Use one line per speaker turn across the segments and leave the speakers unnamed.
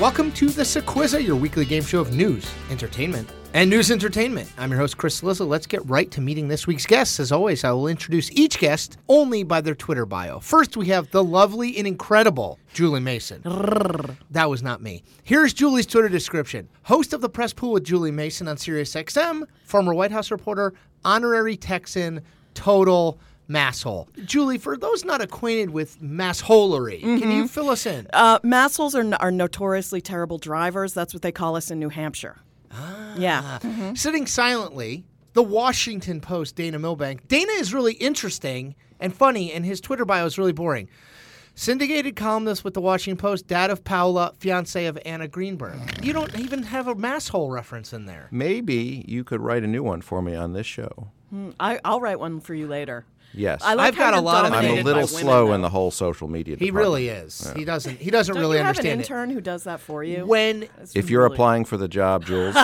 Welcome to the Sequiza, your weekly game show of news, entertainment, and news entertainment. I'm your host, Chris Lizza. Let's get right to meeting this week's guests. As always, I will introduce each guest only by their Twitter bio. First, we have the lovely and incredible Julie Mason. that was not me. Here's Julie's Twitter description host of the Press Pool with Julie Mason on SiriusXM, former White House reporter, honorary Texan, total. Masshole. Julie, for those not acquainted with massholery, can you fill us in?
Uh, massholes are, n- are notoriously terrible drivers. That's what they call us in New Hampshire.
Ah.
Yeah.
Mm-hmm. Sitting silently, the Washington Post, Dana Milbank. Dana is really interesting and funny, and his Twitter bio is really boring. Syndicated columnist with the Washington Post, dad of Paula, fiance of Anna Greenberg. You don't even have a masshole reference in there.
Maybe you could write a new one for me on this show.
I, I'll write one for you later.
Yes.
I like
I've
how
got a
you're
lot of-
I'm a
dominated by
little
women,
slow
though.
in the whole social media
He
department.
really is. He doesn't. He doesn't
Don't
really
you have an
understand it.
intern who does that for you?
When
It's
If you're
really-
applying for the job, Jules,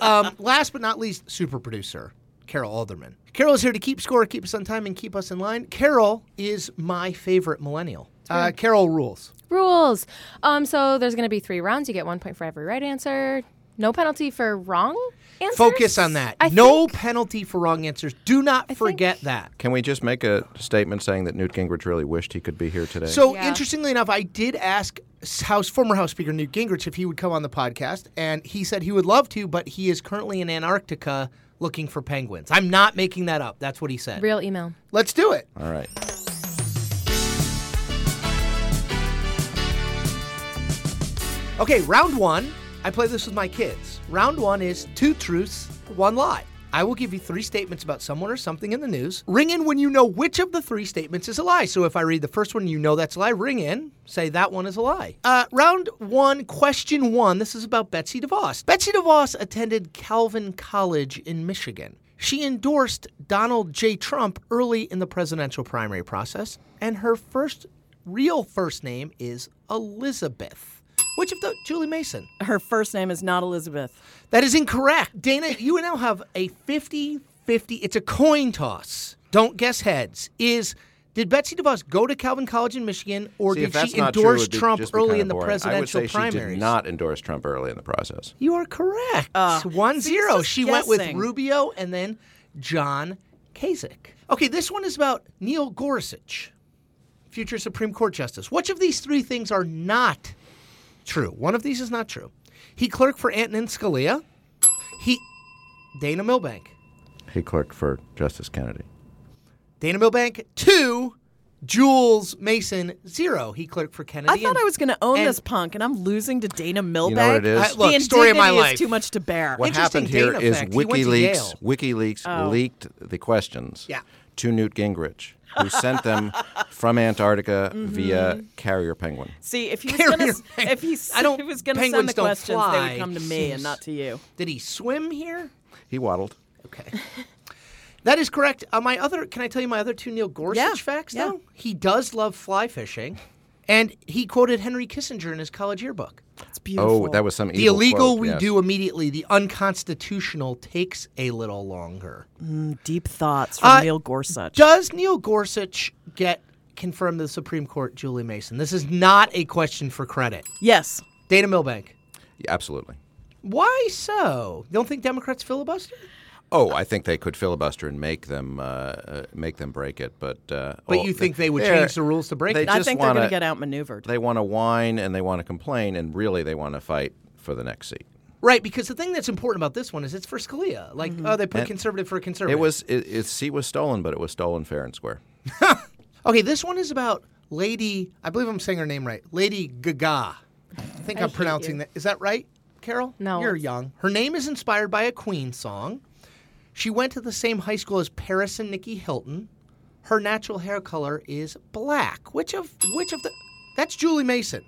um, last but not least, super producer Carol Alderman. Carol is here to keep score, keep us on time, and keep us in line. Carol is my favorite millennial. Uh, Carol rules.
Rules. Um, so there's going to be three rounds. You get one point for every right answer. No penalty for wrong answers.
Focus on that.
I
no
think-
penalty for wrong answers. Do not forget that.
can we just make a statement saying that Newt Gingrich really wished he could be here today?
So
Yeah.
interestingly enough, I did ask House former House Speaker Newt Gingrich if he would come on the podcast, and he said he would love to, but he is currently in Antarctica looking for penguins. I'm not making that up. That's what he said.
real email.
Let's do it.
All right.
Okay, round one. I play this with my kids. Round one is two truths, one lie. I will give you three statements about someone or something in the news. Ring in when you know which of the three statements is a lie. So if I read the first one, you know that's a lie. Ring in, say that one is a lie. Uh, round one, question one. This is about Betsy DeVos. Betsy DeVos attended Calvin College in Michigan. She endorsed Donald J. Trump early in the presidential primary process, and her first real first name is Elizabeth. Which of the Julie Mason?
Her first name is not Elizabeth.
That is incorrect. Dana, you now have a 50 50. It's a coin toss. Don't guess heads. Is did Betsy DeVos go to Calvin College in Michigan or
See,
did
if that's
she
not true, it
endorse
would be-
Trump
just be
early
kinda
in the
boring.
presidential
I would say
primaries?
she did not endorse Trump early in the process.
You are correct. One
see, it's
zero.
Uh, just
She went with
guessing.
Rubio and then John Kasich. Okay, this one is about Neil Gorsuch, future Supreme Court Justice. Which of these three things are not true? One of these is not true. He clerked for Antonin Scalia. He Dana Milbank.
He clerked for Justice Kennedy.
Dana Milbank two. Jules Mason zero. He clerked for Kennedy.
I thought
and-
I was going to own
and-
this punk, and I'm losing to Dana Milbank.
it is? I-
look,
the
story of my
indignity
life.
Is too much to bear.
What
Interesting
happened here
Dana
is
fact. He went to Yale.
WikiLeaks WikiLeaks leaked the questions
Yeah.
to Newt Gingrich, who sent them from Antarctica
Mm-hmm.
via carrier penguin.
See, if he was going
Carrier
to, if he, s-
I don't-
if he was going to
penguins
send the
don't
questions, they
fly.
would come to me and not to you.
Did he swim here?
He waddled.
Okay. That is correct. Uh, my other, can I tell you my other two Neil Gorsuch
Yeah,
facts?
yeah.
Though he does love fly fishing, and he quoted Henry Kissinger in his college yearbook.
It's beautiful.
Oh, that was some
The
evil
illegal
quote,
we
yes.
do immediately. The unconstitutional takes a little longer.
deep thoughts from
Uh,
Neil Gorsuch.
Does Neil Gorsuch get confirmed to the Supreme Court? Julie Mason. This is not a question for credit.
yes.
Dana Milbank.
Yeah, absolutely.
Why so? You don't think Democrats filibuster?
Oh, I think they could filibuster and make them uh, uh, make them break it, but uh,
But
oh,
you think they would
they're-
change the rules to break
they
it?
just
I think
wanna,
they're going to get outmaneuvered.
They want to whine and they want to complain, and really they want to fight for the next seat.
Right, because the thing that's important about this one is it's for Scalia. Like,
Mm-hmm.
oh, they put conservative for conservative.
It was it, its seat was stolen, but it was stolen fair and square.
Okay, this one is about Lady. I believe I'm saying her name right. Lady Gaga. I think I am pronouncing that. Is that right, Carol?
No,
You're
it's-
young. Her name is inspired by a Queen song. She went to the same high school as Paris and Nikki Hilton. Her natural hair color is black. Which of which of the? That's Julie Mason.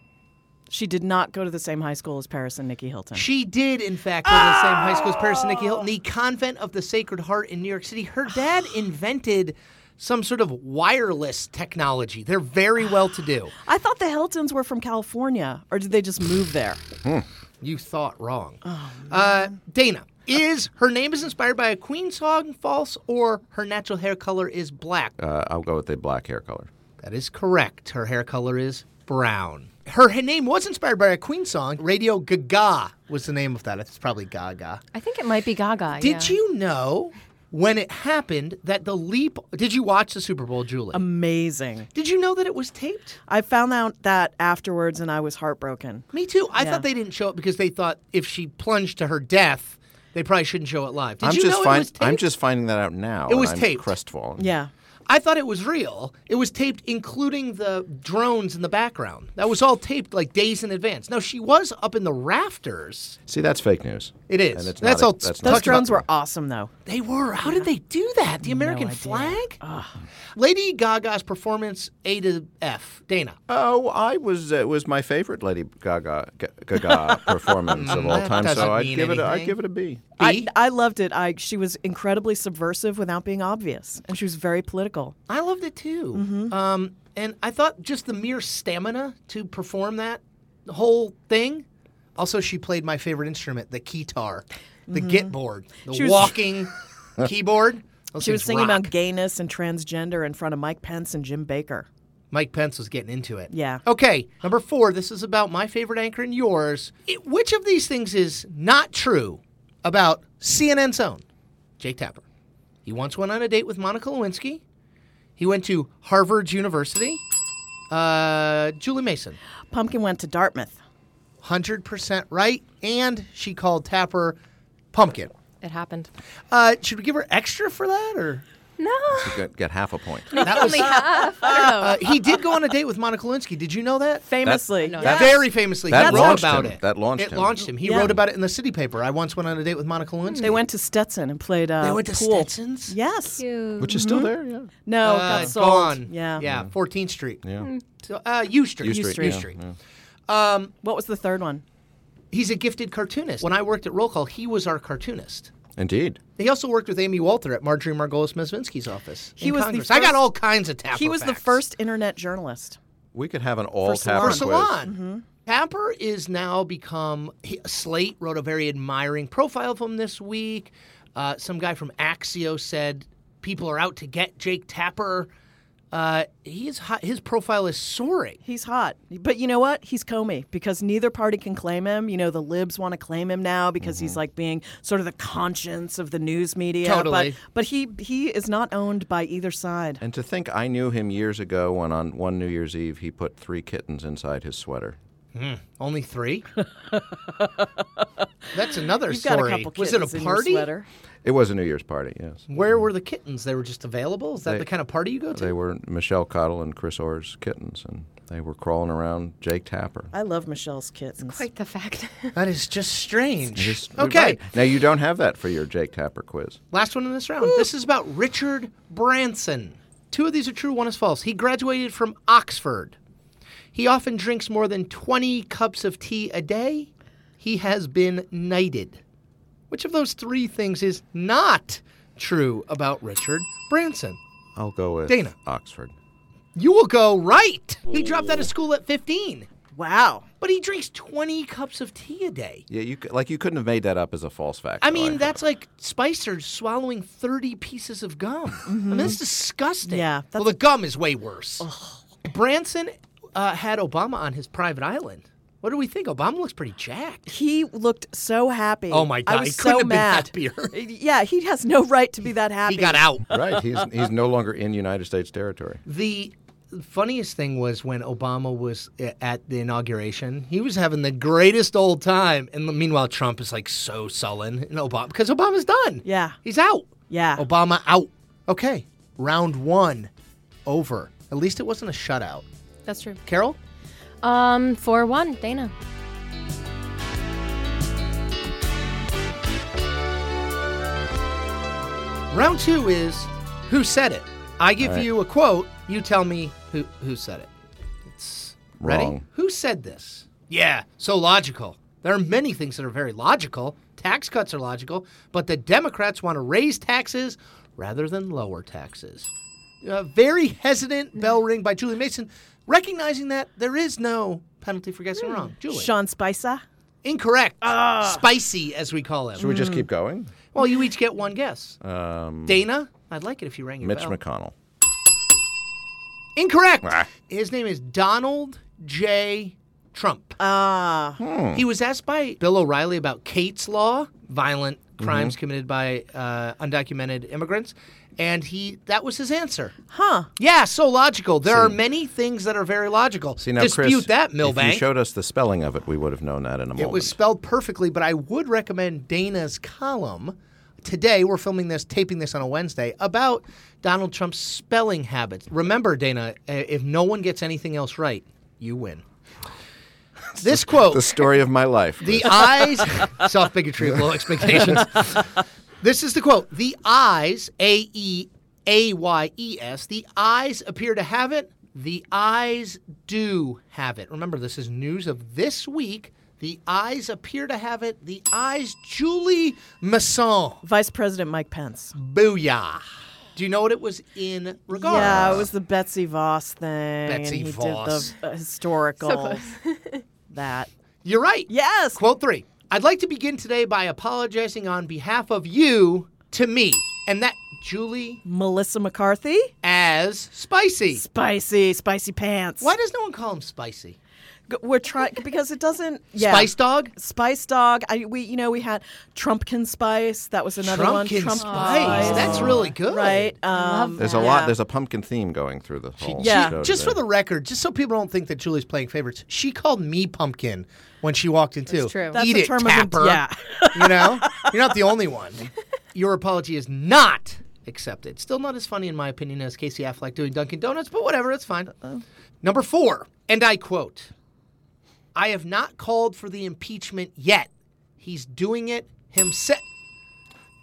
She did not go to the same high school as Paris and Nikki Hilton.
She did, in fact, go to the same high school as Paris and Nikki Hilton, the convent of the Sacred Heart in New York City. Her dad invented some sort of wireless technology. They're very well to do.
I thought the Hiltons were from California, or did they just move there?
You thought wrong. uh, Dana, is her name is inspired by a Queen song false or her natural hair color is black?
Uh, I'll go with the black hair color.
That is correct. Her hair color is Brown. Her h- name was inspired by a Queen song. Radio Gaga was the name of that. It's probably Gaga.
I think it might be Gaga.
Did
yeah.
you know when it happened that the leap? Did you watch the Super Bowl, Julie?
Um, Amazing.
did you know that it was taped?
I found out that afterwards and I was heartbroken.
Me too. I
Yeah.
thought they didn't show it because they thought if she plunged to her death, they probably shouldn't show it live. Did
I'm
you
just
know it
find-
was taped?
I'm just finding that out now.
It was
and I'm
taped.
Crestfallen.
Yeah.
I thought it was real. It was taped, including the drones in the background. That was all taped like days in advance. No, she was up in the rafters.
See, that's fake news.
It is.
And it's
That's
not
all-
that's
those
Those
not
Talked about-
drones were awesome, though.
They were. How did they do that? The American
idea.
flag? Lady Gaga's performance A to F. Dana.
Oh, I was it was my favorite Lady Gaga Ga- Gaga performance of all
That
time.
doesn't
So I'd
mean
give it a, I'd
anything.
give it a B.
I,
B.
I loved it. I she was incredibly subversive without being obvious, and she was very political.
I loved it too.
Mm-hmm.
Um, and I thought just the mere stamina to perform that whole thing. Also, she played my favorite instrument, the guitar, the git board, the
Mm-hmm. She was-
walking keyboard. Those
She was
things
singing
rock.
about gayness and transgender in front of Mike Pence and Jim Baker.
Mike Pence was getting into it.
Yeah.
Okay, number four. This is about my favorite anchor and yours. It- which of these things is not true about CNN's own Jake Tapper? He once went on a date with Monica Lewinsky. He went to Harvard University. Uh, Julie Mason,
Pumpkin went to Dartmouth.
100% right. And she called Tapper pumpkin.
It happened.
Uh, should we give her extra for that? or
No.
Get, get half a point.
that was,
Only half. I don't know.
uh, He did go on a date with Monica Lewinsky. Did you know that?
Famously,
no,
yeah.
Very famously,
That
he wrote
launched
about
him.
it.
That launched
it
him.
launched him. He
Yeah.
wrote about it in the city paper. I once went on a date with Monica Lewinsky.
they went to Stetson and played. Uh,
They went to
pool.
Stetson's.
Yes.
Which is still there, yeah.
No,
Uh,
got sold.
gone.
Yeah.
yeah. Mm. 14th Street.
Yeah.
So, uh, U Street.
U Street,
U
yeah,
Street.
yeah.
What was the third one?
He's a gifted cartoonist. When I worked at Roll Call, he was our cartoonist.
Indeed.
He also worked with Amy Walter at Marjorie Margolis Mesvinsky's office.
He
in
was the
Congress. I got
first-
all kinds of Tapper.
He was the
facts.
first internet journalist.
We could have an all
Salon.
tapper
for
Ron
quiz.
Salon.
Mm-hmm.
Tapper is now become he, Slate wrote a very admiring profile of him this week. Uh, some guy from Axio said people are out to get Jake Tapper. Uh, he is hot. His profile is soaring.
He's hot. But you know what? He's Comey because neither party can claim him. You know, the libs want to claim him now because
Mm-hmm.
he's like being sort of the conscience of the news media.
Totally.
But, but he he is not owned by either side.
And to think I knew him years ago when on one New Year's Eve he put three kittens inside his sweater.
Only three. That's another
You've got
story.
a couple kittens
was it a
in your
party?
sweater.
It was a New Year's party, yes.
Where were the kittens? They were just available. Is that
They-
the kind of party you go to?
They were Michelle Cottle and Chris Orr's kittens, and they were crawling around Jake Tapper.
I love Michelle's kittens.
Quite the fact.
that is just strange.
Just-
okay.
right. Now you don't have that for your Jake Tapper quiz.
Last one in this round. This is about Richard Branson. Two of these are true, one is false. He graduated from Oxford. He often drinks more than 20 cups of tea a day. He has been knighted. Which of those three things is not true about Richard Branson?
I'll go with
Dana.
Oxford.
You will go right. He dropped out of school at 15,
Wow.
but he drinks 20 cups of tea a day.
Yeah, you c- like you couldn't have made that up as a false fact.
I mean, that's like Spicer swallowing 30 pieces of gum. I mean, that's disgusting.
Mm-hmm. Yeah,
Well,
that's-
the gum is way worse. Branson uh, had Obama on his private island. What do we think? Obama looks pretty jacked.
He looked so happy.
Oh, my God,
I
he
was
couldn't
so
have been
mad.
happier.
yeah, he has no right to be that happy.
He got out.
right. He's he's no longer in United States territory.
The funniest thing was when Obama was a- at the inauguration, he was having the greatest old time. And meanwhile, Trump is like so sullen. And Obama, because Obama's done.
Yeah.
He's out.
Yeah.
Obama out. Okay. Round one over. At least it wasn't a shutout.
That's true.
Carol?
Um, four one, Dana.
Round two is who said it? I give you a quote, you tell me who who said it. It's ready?
Wrong.
Who said this? Yeah, so logical. There are many things that are very logical. Tax cuts are logical, but the Democrats want to raise taxes rather than lower taxes. A very hesitant bell ring by Julie Mason, recognizing that there is no penalty for guessing wrong. Julie.
Sean Spicer.
Incorrect. Spicy, as we call him.
Ah. Should we Um, just keep going?
Well, you each get one guess. Dana, I'd like it if you rang your
Mitch
bell.
McConnell.
Incorrect.
Ah.
His name is Donald J. Trump. Ah. He was asked by Bill O'Reilly about Kate's Law, violent
Mm-hmm.
crimes committed by uh, undocumented immigrants, and he that was his answer. Huh. Yeah, so logical. There are many things that are very logical.
See now,
Dispute
Chris,
that,
If
Milbank.
you showed us the spelling of it, we would have known that in a moment.
It was spelled perfectly, but I would recommend Dana's column today. We're filming this, taping this on a Wednesday about Donald Trump's spelling habits. Remember, Dana, uh, if no one gets anything else right, you win. This quote
the story of my life. Chris.
the eyes, soft bigotry of low expectations. this is the quote The eyes, A E A Y E S, the eyes appear to have it. The eyes do have it. Remember, this is news of this week. The eyes appear to have it. The eyes, Julie Masson.
Vice President Mike Pence.
Booyah. Do you know what it was in regard?
Yeah, it was the Betsy Voss thing.
Betsy
and he
Voss.
did the uh, historical that.
You're right.
Yes.
Quote three I'd like to begin today by apologizing on behalf of you to me. And that, Julie
Melissa McCarthy.
as spicy.
Spicy, spicy pants.
Why does no one call him spicy?
G- We're trying because it doesn't. Yeah.
Spice dog?
Spice dog. I we you know we had Trumpkin spice. That was another
Trumpkin
one. Trump
spice. That's really good.
right. Um,
there's a lot. There's a pumpkin theme going through the whole.
Yeah.
show
Just for
today.
the record, just so people don't think that Julie's playing favorites, she called me pumpkin when she walked in too.
true.
That's
Eat
a
it,
term of en-
Tapper.
yeah.
you know, you're not the only one. Your apology is not accepted. Still not as funny in my opinion as Casey Affleck doing Dunkin' Donuts, but whatever, it's fine.
Oh.
Number four, and I quote: "I have not called for the impeachment yet. He's doing it himself."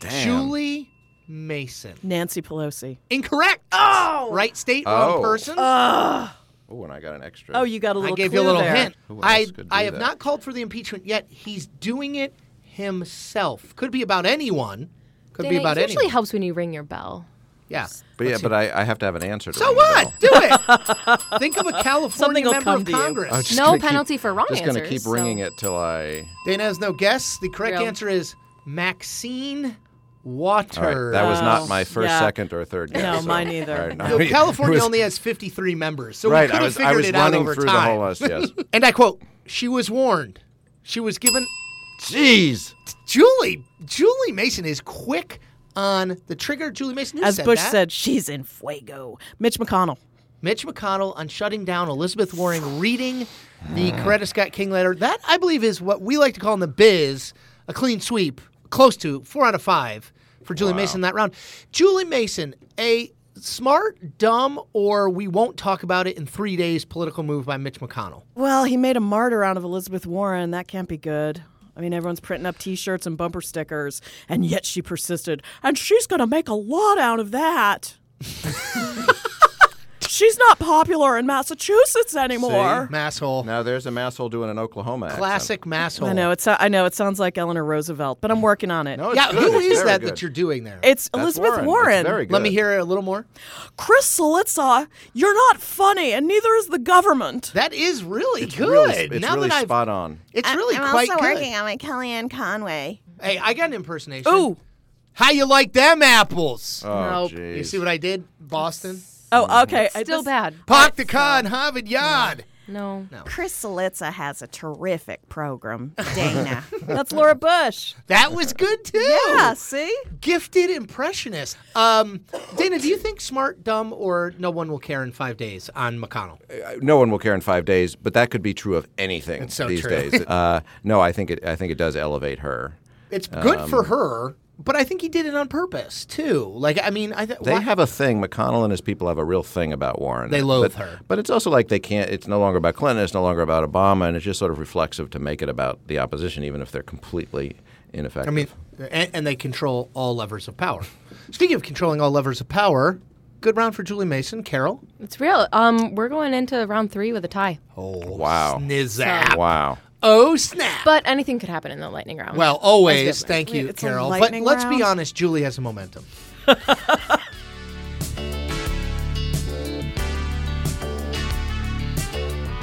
Damn.
Julie Mason.
Nancy Pelosi.
Incorrect. Oh, right state, wrong
Oh.
person.
Oh, and I got an extra.
Oh, you got a
I
little.
gave
clue
you a little
there.
hint.
Who else
I
could do
I have
that?
not called for the impeachment yet. He's doing it himself. Could be about anyone. Could be
Dana,
about
it usually
anyone.
helps when you ring your bell.
yeah.
But yeah, but I, I have to have an answer. To
So
it.
what? Do it. Think of a California
will
member of
come to you.
Congress.
I'm Oh, just
No
gonna keep-
penalty for wrong
Just gonna keep
answers,
ringing
so-
it till I.
Dana has no guess. The correct
Real.
answer is Maxine
All right,
Waters.
that
Ah.
was not my first,
Yeah.
second, or third guess.
No,
so-
mine either.
all right, no,
So
it
California
was-
only has 53 members, so we
Right,
could
I
have
was
figured
I was
it out
running
over
through
time.
the whole list. Yes.
And I quote: "She was warned. She was given
Jeez.
Julie, Julie Mason is quick on the trigger. Julie Mason, who
As
said
Bush
that?
said, she's in fuego. Mitch McConnell.
Mitch McConnell on shutting down Elizabeth Warren, reading the Coretta Scott King letter. That I believe is what we like to call in the biz a clean sweep, close to four out of five for Julie Mason that round. Julie Mason, a smart, dumb, or we won't talk about it in three days political move by Mitch McConnell.
Well, he made a martyr out of Elizabeth Warren. That can't be good. I mean, everyone's printing up T-shirts and bumper stickers, and yet she persisted. And she's going to make a lot out of that. she's not popular in Massachusetts anymore.
Masshole.
Now there's a masshole doing an Oklahoma accent.
Classic masshole.
I know it's. I know it sounds like Eleanor Roosevelt, but I'm working on it.
No, it's
Yeah,
good.
who
It's
is
very
that
good.
that you're doing there?
it's
That's
Elizabeth
Warren.
Warren.
It's very good.
Let me hear it a little more.
Chris Solitza, you're not funny, and neither is the government.
That is really
It's
good.
really- it's
now
really
that I've,
spot on.
it's really quite good.
on my Kellyanne Conway.
Hey, I got an impersonation.
Ooh,
how you like them apples?
Oh,
Nope.
you
jeez.
see what I did, Boston?
oh, okay. I
Still
just-
bad.
Park the car in Harvard Yard.
No.
Chris Solitza has a terrific program, Dana.
That's Laura Bush.
That was good too.
Yeah, see.
Gifted impressionist. Um, Dana, do you think smart, dumb, or no one will care in five days on McConnell?
Uh, no one will care in five days, but that could be true of anything
so
these
true.
days. Uh, no, I think it. I think it does elevate her.
It's good
Um,
for her, but I think he did it on purpose too. Like, I mean, I th-
They
why-
have a thing. McConnell and his people have a real thing about Warren.
They loathe
but,
her.
But it's also like they can't. It's no longer about Clinton. It's no longer about Obama, and it's just sort of reflexive to make it about the opposition, even if they're completely ineffective.
I mean, and, and they control all levers of power. Speaking of controlling all levers of power, good round for Julie Mason, Carol.
It's real. Um, we're going into round three with a tie.
Oh,
Wow.
Snizzap.
wow.
Oh, snap.
But anything could happen in the lightning round.
well,
That's
always.
good.
Thank you,
Wait, it's a
Carol. But
lightning
let's be
round?
honest, Julie has a momentum.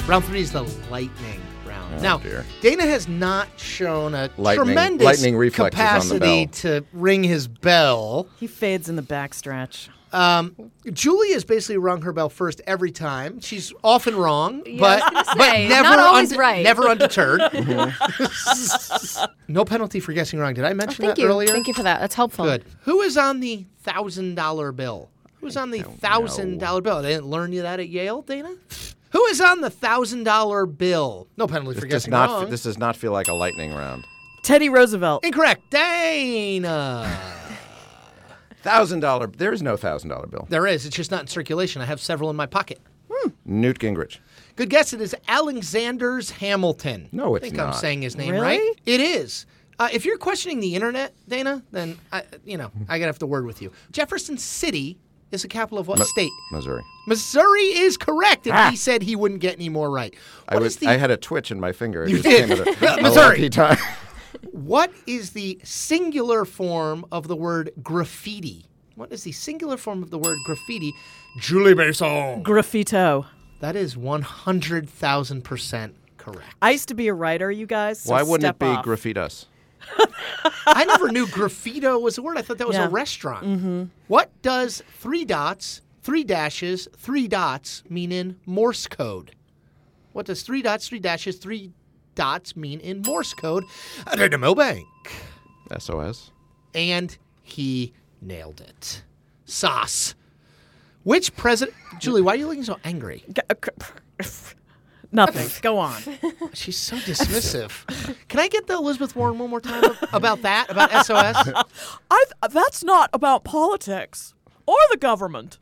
round three is the lightning round. now,
Oh, dear.
Dana has not shown a
Lightning-
tremendous
lightning reflexes on the
capacity
bell.
to ring his bell.
He fades in the backstretch.
Um, Julie has basically rung her bell first every time. She's often wrong, but,
I was gonna
but
say,
never
not always
unde-
right.
Never undeterred.
Mm-hmm.
no penalty for guessing wrong. Did I mention
Thank
that
you.
earlier?
Thank you for that. That's helpful.
Good. Who is on the thousand dollar bill? Who's on the thousand dollar bill? They didn't learn you that at Yale, Dana. Who is on the thousand dollar bill? No penalty for
This does
guessing
not.
wrong.
F- this does not feel like a lightning round.
Teddy Roosevelt.
Incorrect, Dana.
Thousand dollar. There is no thousand dollar bill.
there is. It's just not in circulation. I have several in my pocket.
Newt Gingrich.
Good guess. It is Alexander's Hamilton.
No, it's
I think I'm
not.
saying his name
Really?
right. It is. Uh, if you're questioning the internet, Dana, then I, you know I gotta have to word with you. Jefferson City is the capital of what state?
Missouri.
Missouri is correct, and he said he wouldn't get any more right.
Ah! I
What
was.
is the
I had a twitch in my finger. It
You
just
did.
came at a, a
Missouri.
lucky time.
what is the singular form of the word graffiti? What is the singular form of the word graffiti? Julie Besson.
Graffito.
That is one hundred thousand percent correct.
I used to be a writer, you guys. so
Why wouldn't
step
it be
off.
graffitas?
I never knew graffito was a word. I thought that was
Yeah.
a restaurant. What does three dots, three dashes, three dots mean in Morse code? What does three dots, three dashes, three dots mean in Morse code? Dana Milbank.
SOS.
and he nailed it. Sauce. Which president? Julie, why are you looking so angry?
G- uh, cr- Nothing. Go on.
She's so dismissive. Can I get the Elizabeth Warren one more time ab- about that? About SOS?
I. uh, That's not about politics or the government.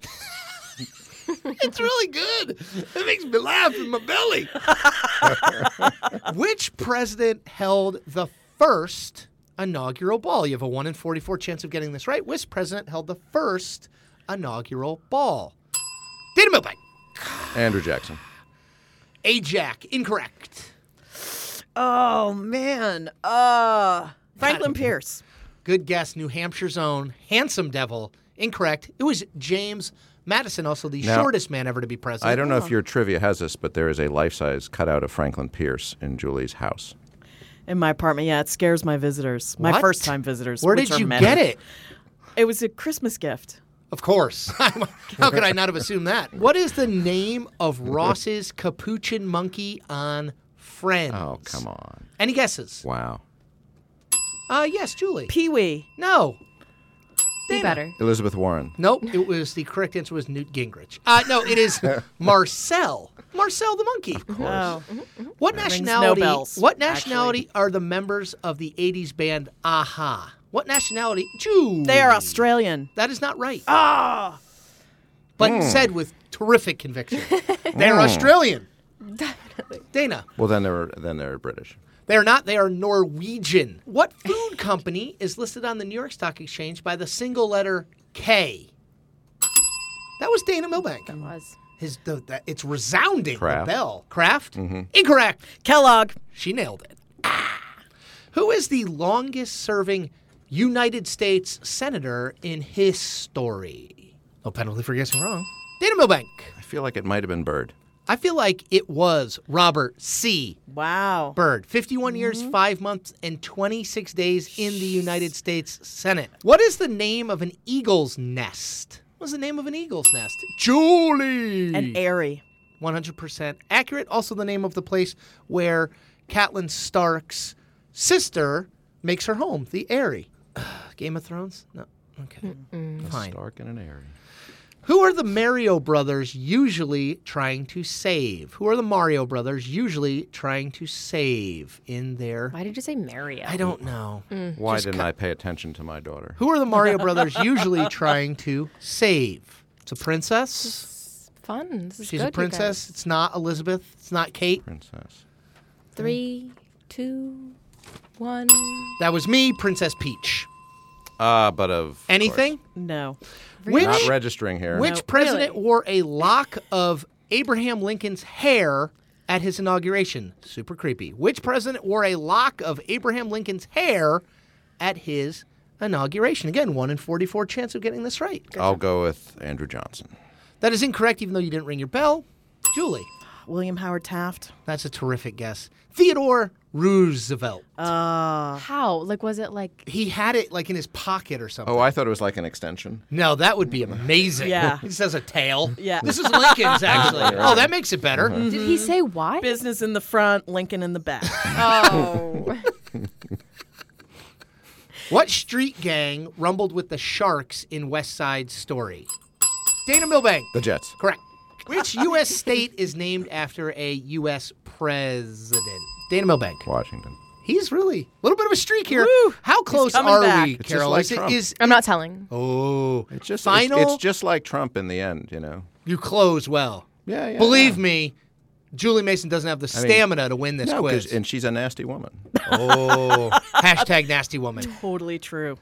It's really good. It makes me laugh in my belly. Which president held the first inaugural ball? You have a 1 in 44 chance of getting this right. Which president held the first inaugural ball? Data Milbank.
Andrew Jackson.
Ajac. Incorrect.
Oh man. Uh. Franklin Pierce.
Good guess. New Hampshire's own handsome devil. Incorrect. It was James Madison, also the
Now-
shortest man ever to be president.
I don't know if your trivia has this, but there is a life-size cutout of Franklin Pierce in Julie's house.
In my apartment, yeah, it scares my visitors. My
What?
first time visitors.
Where
which
did
are
you
many.
get it?
It was a Christmas gift.
Of course. How could I not have assumed that? What is the name of Ross's capuchin monkey on Friends?
Oh come on!
Any guesses?
Wow.
Uh, yes, Julie.
Pee Wee.
no.
Be better.
Elizabeth Warren.
Nope. It was the correct answer was Newt Gingrich. Uh, no, it is Marcel. Marcel the monkey.
Oh.
What
rings no
nationality?
bells,
what nationality are the members of the '80s band Aha? What nationality? Jew.
They are Australian.
That is not right. Ah. But said with terrific conviction. They're Australian. Definitely. Dana.
Well, then they're then they're British.
They are not. They are Norwegian. What food company is listed on the New York Stock Exchange by the single letter K? That was Dana Milbank.
Was.
His, the, the, it's resounding.
Kraft.
The bell. Kraft. Incorrect.
Kellogg.
She nailed it. Who is the longest serving United States senator in history? No penalty for guessing wrong. Dana Milbank.
I feel like it might have been Bird.
I feel like it was Robert C.
Wow.
Byrd, 51 years, 5 months, and 26 days in the United States Senate. What is the name of an eagle's nest? What's the name of an eagle's nest? Julie!
And airy.
100% accurate. Also, the name of the place where Catelyn Stark's sister makes her home, the Eyrie. Game of Thrones? No. Okay. Fine.
Stark and an Aerie.
Who are the Mario brothers usually trying to save? Who are the Mario brothers usually trying to save in their.
Why did you say Mario?
I don't know.
Mm.
Why didn't I pay attention to my daughter?
Who are the Mario brothers usually trying to save? It's a princess.
Fun. This is
She's
good,
a
you
princess. It's not Elizabeth. It's not Kate.
Princess.
guys. Three, two, one.
That was me, Princess Peach.
Ah, but of
Anything?
No.
Which
course. Not registering here.
which
No,
president wore a lock of Abraham Lincoln's hair at his inauguration? Super creepy. Which president wore a lock of Abraham Lincoln's hair at his inauguration? Again, one in forty-four chance of getting this right.
I'll go with Andrew Johnson.
That is incorrect, even though you didn't ring your bell, Julie.
William Howard Taft.
That's a terrific guess. Theodore Roosevelt.
Uh.
How? Like, was it like?
he had it like in his pocket or something.
Oh, I thought it was like an extension.
No, that would be amazing.
Yeah.
He just has a tail.
Yeah.
This is Lincoln's, actually. Oh, that makes it better.
Uh-huh.
Did he say why?
Business in the front, Lincoln in the back.
Oh,
What street gang rumbled with the sharks in West Side Story? Dana Milbank.
The Jets.
Correct. Which U.S. state is named after a U.S. president? Dana Milbank.
Washington.
He's really a little bit of a streak here. How close
coming
are
back.
we,
It's
just
Carol?
like
is, it,
Trump.
is
I'm not telling.
oh,
It's just it's-
final?
It's, just like Trump in the end, you know.
you close well.
Yeah, yeah.
Believe me, Julie Mason doesn't have the
mean,
stamina to win this
No, 'cause-
quiz.
and she's a nasty woman.
oh, hashtag nasty woman.
totally true.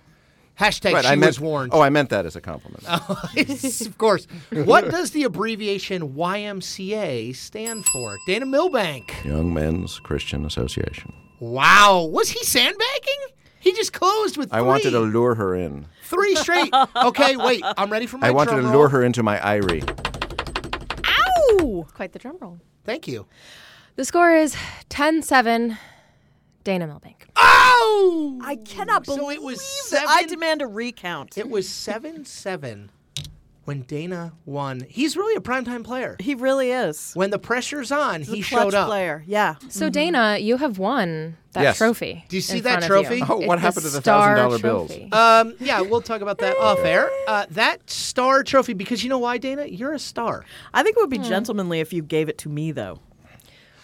Hashtag
Right,
she
I meant,
was warned. Oh.
Oh, I meant that as a compliment.
of course. What does the abbreviation YMCA stand for? Dana Milbank.
Young Men's Christian Association.
Wow. Was he sandbagging? He just closed with three,
I wanted to lure her in.
three straight. Okay, wait. I'm ready for my
I wanted to
drum
lure
roll.
her into my Irie.
Ow!
Quite the drum roll.
Thank you.
The score is 10-7, Dana Milbank.
Oh!
I cannot believe
so it was seven.
that I demand a recount.
it was seven seven when Dana won. He's really a primetime player.
he really is.
When the pressure's on,
He's
he
a clutch
showed up.
player. Yeah.
So Dana, you have won that
Yes.
trophy.
Mm-hmm. Do you see
in
that
front of
trophy?
you.
Oh, what
It's
happened to the
star
$1,000 bills?
trophy.
Um, yeah, we'll talk about that off air. Uh, that star trophy, because you know why, Dana? You're a star.
I think it would be gentlemanly if you gave it to me, though.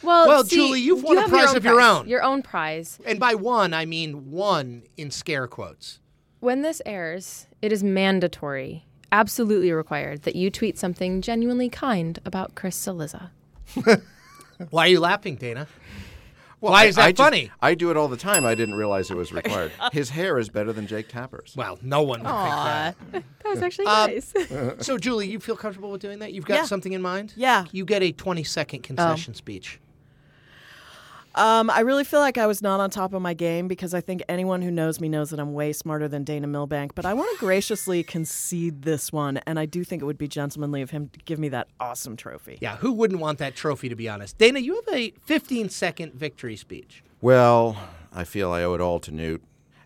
Well,
Well,
see,
Julie, you've won a
you have
prize
your
of your
prize,
own.
Your own prize.
And by one, I mean one in scare quotes.
When this airs, it is mandatory, absolutely required that you tweet something genuinely kind about Chris Saliza.
Why are you laughing, Dana? Why is that
I just-
funny?
I do it all the time. I didn't realize it was required. His hair is better than Jake Tapper's.
well, no one would
That was actually
Um,
nice.
think that. So, Julie, you feel comfortable with doing that? You've got
Yeah.
something in mind?
Yeah. Oh.
You get a 20 second concession speech.
Um, I really feel like I was not on top of my game because I think anyone who knows me knows that I'm way smarter than Dana Milbank. But I want to graciously concede this one, and I do think it would be gentlemanly of him to give me that awesome trophy.
Yeah, who wouldn't want that trophy, to be honest? Dana, you have a 15 second victory speech.
Well, I feel I owe it all to Newt,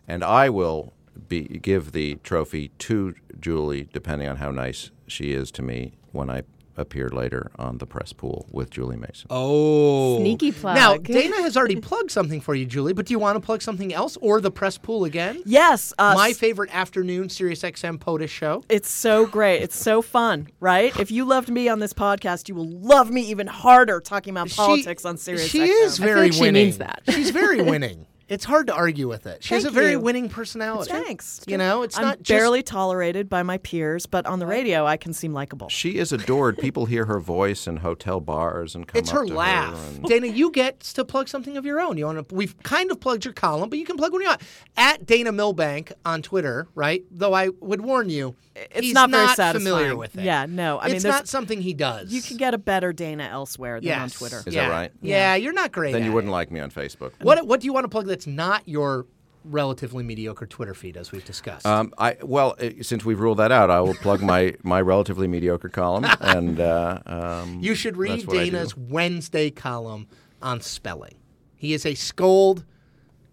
and I will be, give the trophy to Julie, depending on how nice she is to me when I appear later on the press pool with Julie Mason.
Oh.
Sneaky plug.
Now, Dana has already plugged something for you, Julie, but do you want to plug something else or the press pool again?
Yes, uh,
My favorite afternoon Sirius XM POTUS show.
It's so great. It's so fun, right? If you loved me on this podcast, you will love me even harder talking about politics on Sirius.
She
XM.
is
feel
very
like she
winning.
means that.
She's very winning. It's hard to argue with it. She has a
Thank
very
you.
winning personality.
Thanks.
You know, it's
I'm
not just
barely tolerated by my peers, but on the radio, I can seem likable.
She is adored. People hear her voice in hotel bars and come
it's
up
her
to
laugh.
and-
Dana, you get to plug something of your own. You want to? We've kind of plugged your column, but you can plug when you want. At Dana Milbank on Twitter, right? Though I would warn you,
It's
he's
not very
familiar
satisfying.
with it.
Yeah, no, I mean,
it's
there's-
not something he does.
You can get a better Dana elsewhere than
yes.
on Twitter.
Is that
yeah.
right?
Yeah, you're not great.
then you
at
wouldn't
it.
like me on Facebook.
What What do you want to plug that's not your relatively mediocre Twitter feed, as we've discussed?
Um, I well, eh, since we've ruled that out, I will plug my, my relatively mediocre column, and uh, um,
You should
That's
read
what I do.
Dana's Wednesday column on spelling. He is a scold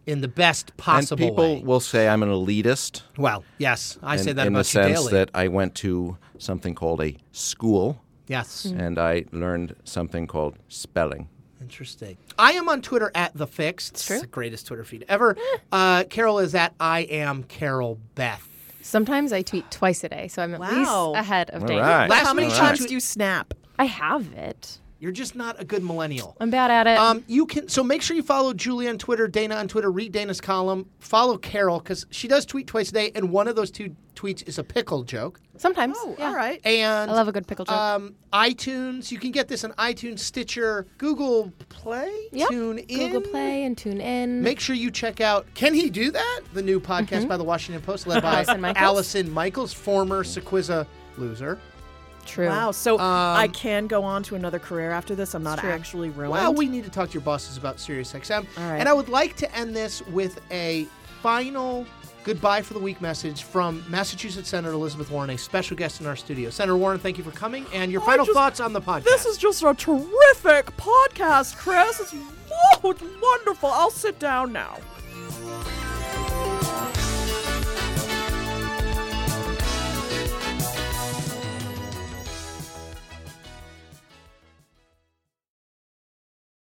in the best
and
possible
people
way.
will say I'm an elitist.
Well, yes, I say
in-
that
in
about
the
you
sense
daily.
that I went to something called a school
yes,
and I learned something called spelling.
interesting. I am on Twitter at the Fix. It's
true.
the greatest Twitter feed ever. uh, Carol is at I am Carol Beth.
Sometimes I tweet twice a day, so I'm at
Wow.
least ahead of Dana.
right.
Last
How many
All right.
times do you snap?
I have it.
You're just not a good millennial.
I'm bad at it.
Um, you can so make sure you follow Julie on Twitter, Dana on Twitter, read Dana's column, follow Carol because she does tweet twice a day, and one of those two tweets is a pickle joke.
Sometimes.
oh,
yeah.
Oh, All right.
And
I love a good pickle joke.
Um, iTunes. You can get this on iTunes, Stitcher, Google Play,
Yep.
Tune In.
Google Play and tune in.
Make sure you check out Can He Do That? The new podcast by the Washington Post led by
Mm-hmm. Allison Michaels.
Allison Michaels, former Sequiza loser.
True.
Wow. So I can go on to another career after this. I'm not
True.
actually ruined.
Well, we need to talk to your bosses about SiriusXM.
All right.
And I would like to end this with a final goodbye for the week message from Massachusetts Senator Elizabeth Warren, a special guest in our studio. Senator Warren, thank you for coming
Oh,
and your final
just-
thoughts on the podcast.
This is just a terrific podcast, Chris. It's it's wonderful. I'll sit down now.